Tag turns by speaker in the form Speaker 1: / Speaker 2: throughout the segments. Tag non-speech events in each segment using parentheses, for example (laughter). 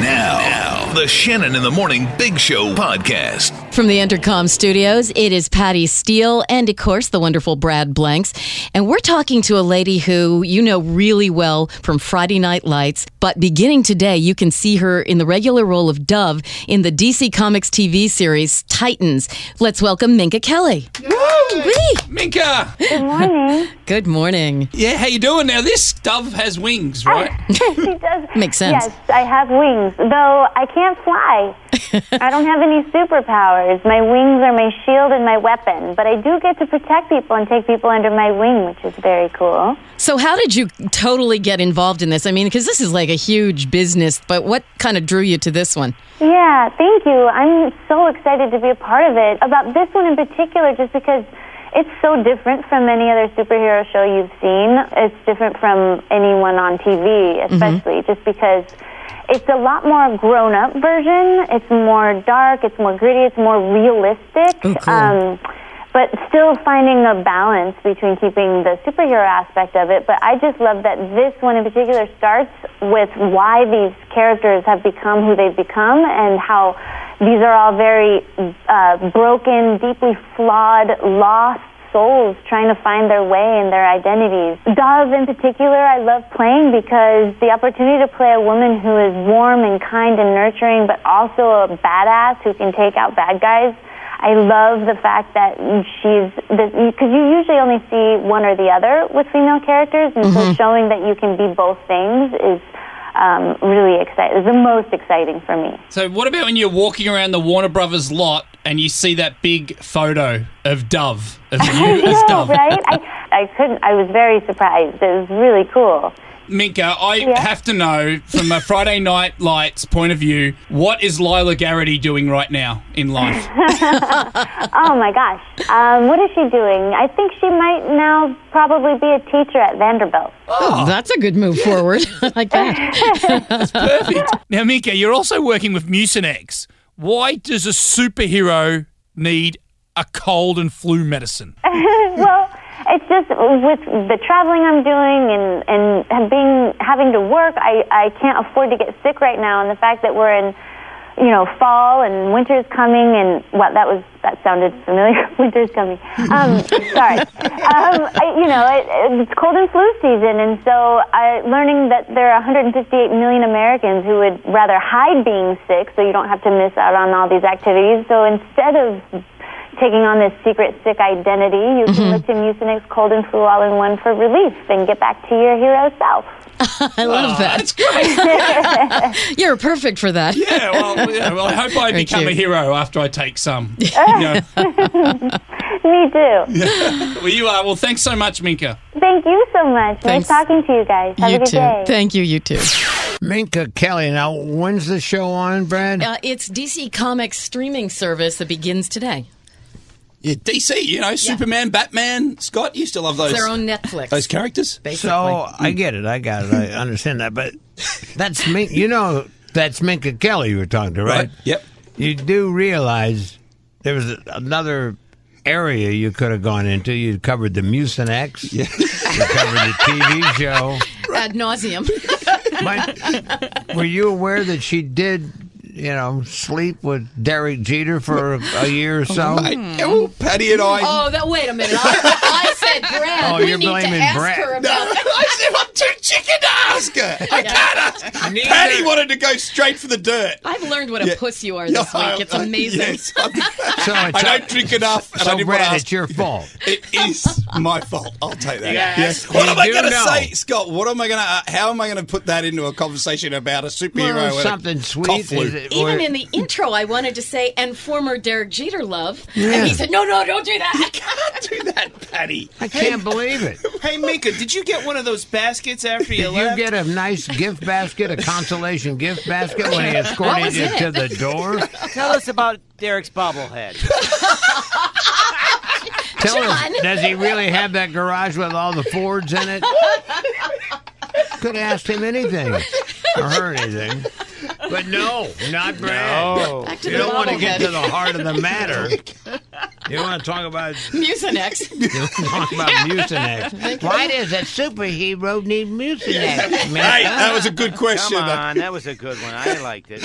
Speaker 1: Now, the Shannon in the Morning Big Show podcast.
Speaker 2: From the Entercom studios, it is Patty Steele and, of course, the wonderful Brad Blanks. And we're talking to a lady who you know really well from Friday Night Lights, but beginning today, you can see her in the regular role of Dove in the DC Comics TV series Titans. Let's welcome Minka Kelly. Whee!
Speaker 3: Minka!
Speaker 2: (laughs) Good morning.
Speaker 3: Yeah, how you doing? Now this dove has wings, right?
Speaker 4: (laughs) She does.
Speaker 2: Makes sense.
Speaker 4: Yes, I have wings, though I can't
Speaker 2: (laughs)
Speaker 4: fly. I don't have any superpowers. My wings are my shield and my weapon, but I do get to protect people and take people under my wing, which is very cool.
Speaker 2: So, how did you totally get involved in this? I mean, because this is like a huge business, but what kind of drew you to this one?
Speaker 4: Yeah, thank you. I'm so excited to be a part of it. About this one in particular, just because it's so different from any other superhero show you've seen. It's different from anyone on TV, especially, just because it's a lot more grown up version. It's more dark, it's more gritty, it's more realistic.
Speaker 2: Ooh, cool.
Speaker 4: um, but still finding a balance between keeping the superhero aspect of it. But I just love that this one in particular starts with why these characters have become who they've become and how these are all very uh, broken, deeply flawed, lost souls trying to find their way and their identities. Dove, in particular, I love playing because the opportunity to play a woman who is warm and kind and nurturing, but also a badass who can take out bad guys. I love the fact that she's because you usually only see one or the other with female characters, and so showing that you can be both things is um, really exciting. Is the most exciting for me.
Speaker 3: So what about when you're walking around the Warner Brothers lot and you see that big photo of Dove
Speaker 2: (laughs)
Speaker 3: of
Speaker 4: (laughs)
Speaker 3: you as
Speaker 4: No,
Speaker 3: Dove?
Speaker 4: right? I, I couldn't. I was very surprised. It was really cool.
Speaker 3: Minka, I have to know from a Friday Night Lights point of view, what is Lila Garrity doing right now
Speaker 2: (laughs)
Speaker 3: in life?
Speaker 4: Oh my gosh, um, what is she doing? I think she might now probably be a teacher at Vanderbilt.
Speaker 2: That's a good move forward. (laughs) I like that.
Speaker 5: Perfect. Now, Mika, you're also working with Mucinex. Why does a superhero need a cold and flu medicine?
Speaker 4: (laughs) well, it's just with the traveling I'm doing and and being having to work, I I can't afford to get sick right now. And the fact that we're in, you know, fall and winter's coming, and what that was that sounded familiar. (laughs) winter's coming. Um, sorry. Um, I, you know, it, it's cold and flu season, and so I learning that there are 158 million Americans who would rather hide being sick, so you don't have to miss out on all these activities. So instead of taking on this secret sick identity, you can
Speaker 2: Mm-hmm.
Speaker 4: look to Mucinex Cold and Flu All in One for relief and get back to your hero self.
Speaker 2: I love that.
Speaker 3: That's great.
Speaker 2: You're perfect for that.
Speaker 3: Yeah, well, yeah, well I hope I
Speaker 2: Very
Speaker 3: become a
Speaker 2: cute.
Speaker 3: hero after I take some. You know,
Speaker 4: Me too.
Speaker 3: well, you are. Well, thanks so much, Minka.
Speaker 4: Thank you so much.
Speaker 2: Thanks.
Speaker 4: Nice talking to you guys. Have
Speaker 2: you
Speaker 4: a good
Speaker 2: too.
Speaker 4: day.
Speaker 2: Thank you. You too.
Speaker 6: Minka Kelly. Now, when's the show on, Brad?
Speaker 2: Uh, it's DC Comics streaming service that begins today.
Speaker 3: Yeah, DC, you know, Superman, Batman, Scott, you still love those
Speaker 2: It's their own Netflix.
Speaker 3: those characters.
Speaker 2: basically.
Speaker 6: so I get it. I got it. I understand that. But that's Min You know, that's Minka Kelly you were talking to, right?
Speaker 3: Yep.
Speaker 6: You do realize there was another area you could have gone into. You covered the Mucinex. Yeah. (laughs) You covered the TV show.
Speaker 2: ad nauseum.
Speaker 6: But were you aware that she did, you know, sleep with Derek Jeter for a year or so?
Speaker 3: Oh, Patty
Speaker 7: (laughs)
Speaker 3: and I.
Speaker 2: oh, that wait a minute. I, I said Brad.
Speaker 6: Oh,
Speaker 2: we
Speaker 6: you're
Speaker 2: need
Speaker 6: blaming
Speaker 2: to ask
Speaker 6: Brad.
Speaker 2: her about
Speaker 3: I said I'm too chicken to ask her. I can't ask. Patty wanted to go straight for the dirt.
Speaker 2: I've learned what a puss you are this week. It's amazing.
Speaker 3: Yes, I'm-
Speaker 6: So
Speaker 3: I
Speaker 6: it's,
Speaker 3: don't drink enough, and I
Speaker 6: so
Speaker 3: didn't want to
Speaker 6: Brad,
Speaker 3: ask.
Speaker 6: it's your fault.
Speaker 3: It is my fault. I'll take that.
Speaker 2: Yeah.
Speaker 3: Yes. What am I
Speaker 6: You
Speaker 3: going to
Speaker 6: know.
Speaker 3: say, Scott? What am I going to? Uh, how am I going to put that into a conversation about a superhero?
Speaker 6: Well,
Speaker 3: and a
Speaker 6: something
Speaker 3: cough
Speaker 6: sweet.
Speaker 3: flu?
Speaker 6: is it-
Speaker 2: Even
Speaker 6: or-
Speaker 2: in the intro, I wanted to say, and former Derek Jeter love. And he said, no, no, don't do that. (laughs)
Speaker 3: can't do that,
Speaker 7: Patty.
Speaker 6: I can't believe it.
Speaker 7: (laughs) Hey, Mika, did you get one of those baskets after you
Speaker 6: Did you
Speaker 7: left?
Speaker 6: get a nice gift basket, a consolation gift basket when he escorted
Speaker 2: was
Speaker 6: you
Speaker 2: it?
Speaker 6: to the door?
Speaker 8: Tell us about Derek's bobblehead.
Speaker 6: (laughs) Tell us,
Speaker 2: John.
Speaker 6: does he really have that garage with all the Fords in it? Could have asked him anything or her anything. But no, not Brad.
Speaker 7: oh.
Speaker 2: to
Speaker 6: You don't
Speaker 2: the
Speaker 6: want to get to
Speaker 2: bobblehead.
Speaker 6: the heart of the matter. (laughs) You want to talk about
Speaker 2: Mucinex.
Speaker 6: you want to talk about
Speaker 7: (laughs)
Speaker 6: Mucinex. Why does a superhero need
Speaker 7: (laughs)
Speaker 6: Mucinex?
Speaker 7: Right, that was a good
Speaker 8: Come
Speaker 7: question.
Speaker 8: on, that was a good one. I liked it.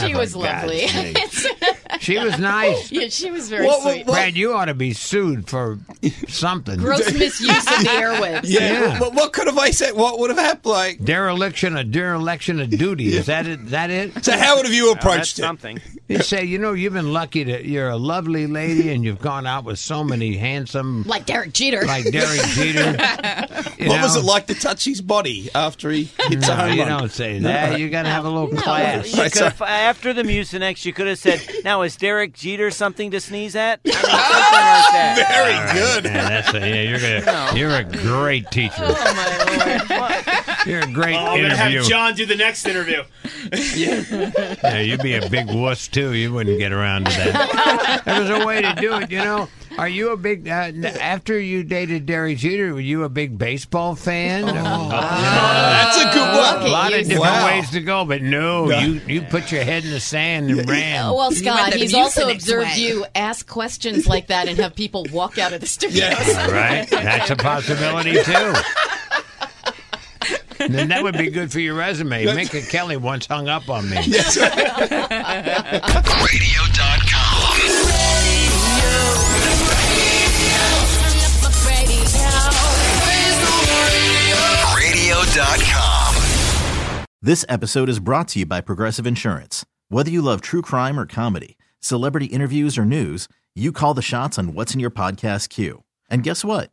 Speaker 2: she was lovely. (laughs)
Speaker 6: She was nice.
Speaker 2: yeah, she was very
Speaker 7: What- what-
Speaker 2: sweet.
Speaker 7: what-
Speaker 6: Brad, you ought to be sued for something.
Speaker 2: Gross misuse of the airwaves.
Speaker 7: Yeah.
Speaker 6: Yeah.
Speaker 7: What, what could have I said? What would have happened? Like,
Speaker 6: dereliction of dereliction of duty. Is that it? Is that it?
Speaker 7: so how would have you
Speaker 8: That's
Speaker 7: approached it?
Speaker 8: something.
Speaker 6: You say, you know, you've been lucky that you're a lovely lady and you've gone out with so many handsome
Speaker 2: Like Derek Jeter.
Speaker 6: like Derek
Speaker 7: (laughs)
Speaker 6: Jeter. You
Speaker 7: What was
Speaker 6: know?
Speaker 7: it like to touch his body after he hits a
Speaker 6: No,
Speaker 7: home
Speaker 6: you
Speaker 7: run?
Speaker 6: don't say that. You got to have a little class.
Speaker 8: You could've- after the Mucinex, you could have said, "Now is Derek Jeter something to sneeze at?" I mean, something like that.
Speaker 7: Very
Speaker 1: Uh,
Speaker 7: good.
Speaker 6: Yeah, that's a, yeah, you're
Speaker 7: (laughs)
Speaker 6: gonna, you're a great teacher.
Speaker 8: Oh,
Speaker 6: You're a great
Speaker 9: I'm gonna
Speaker 6: interview.
Speaker 9: have John do the next interview.
Speaker 6: (laughs) Yeah, you'd be a big wuss too. You wouldn't get around to that. there was a way to do it, you know. Are you a big uh, n- after you dated Derry Jeter? Were you a big baseball fan? Or-
Speaker 7: That's a good
Speaker 6: a
Speaker 7: one.
Speaker 6: lot of different
Speaker 7: Wow.
Speaker 6: ways to go, but no, you you put your head in the sand and ran.
Speaker 2: Well, Scott,
Speaker 10: the
Speaker 2: he's also
Speaker 10: Mucinex way.
Speaker 2: observed you ask questions like that and have people walk out of the studio.
Speaker 7: Yeah.
Speaker 6: right? That's a possibility too. And then that would be good for your resume. Minka Kelly once hung up on me.
Speaker 9: This episode is brought to you by Progressive Insurance. Whether you love true crime or comedy, celebrity interviews or news, you call the shots on what's in your podcast queue. And guess what?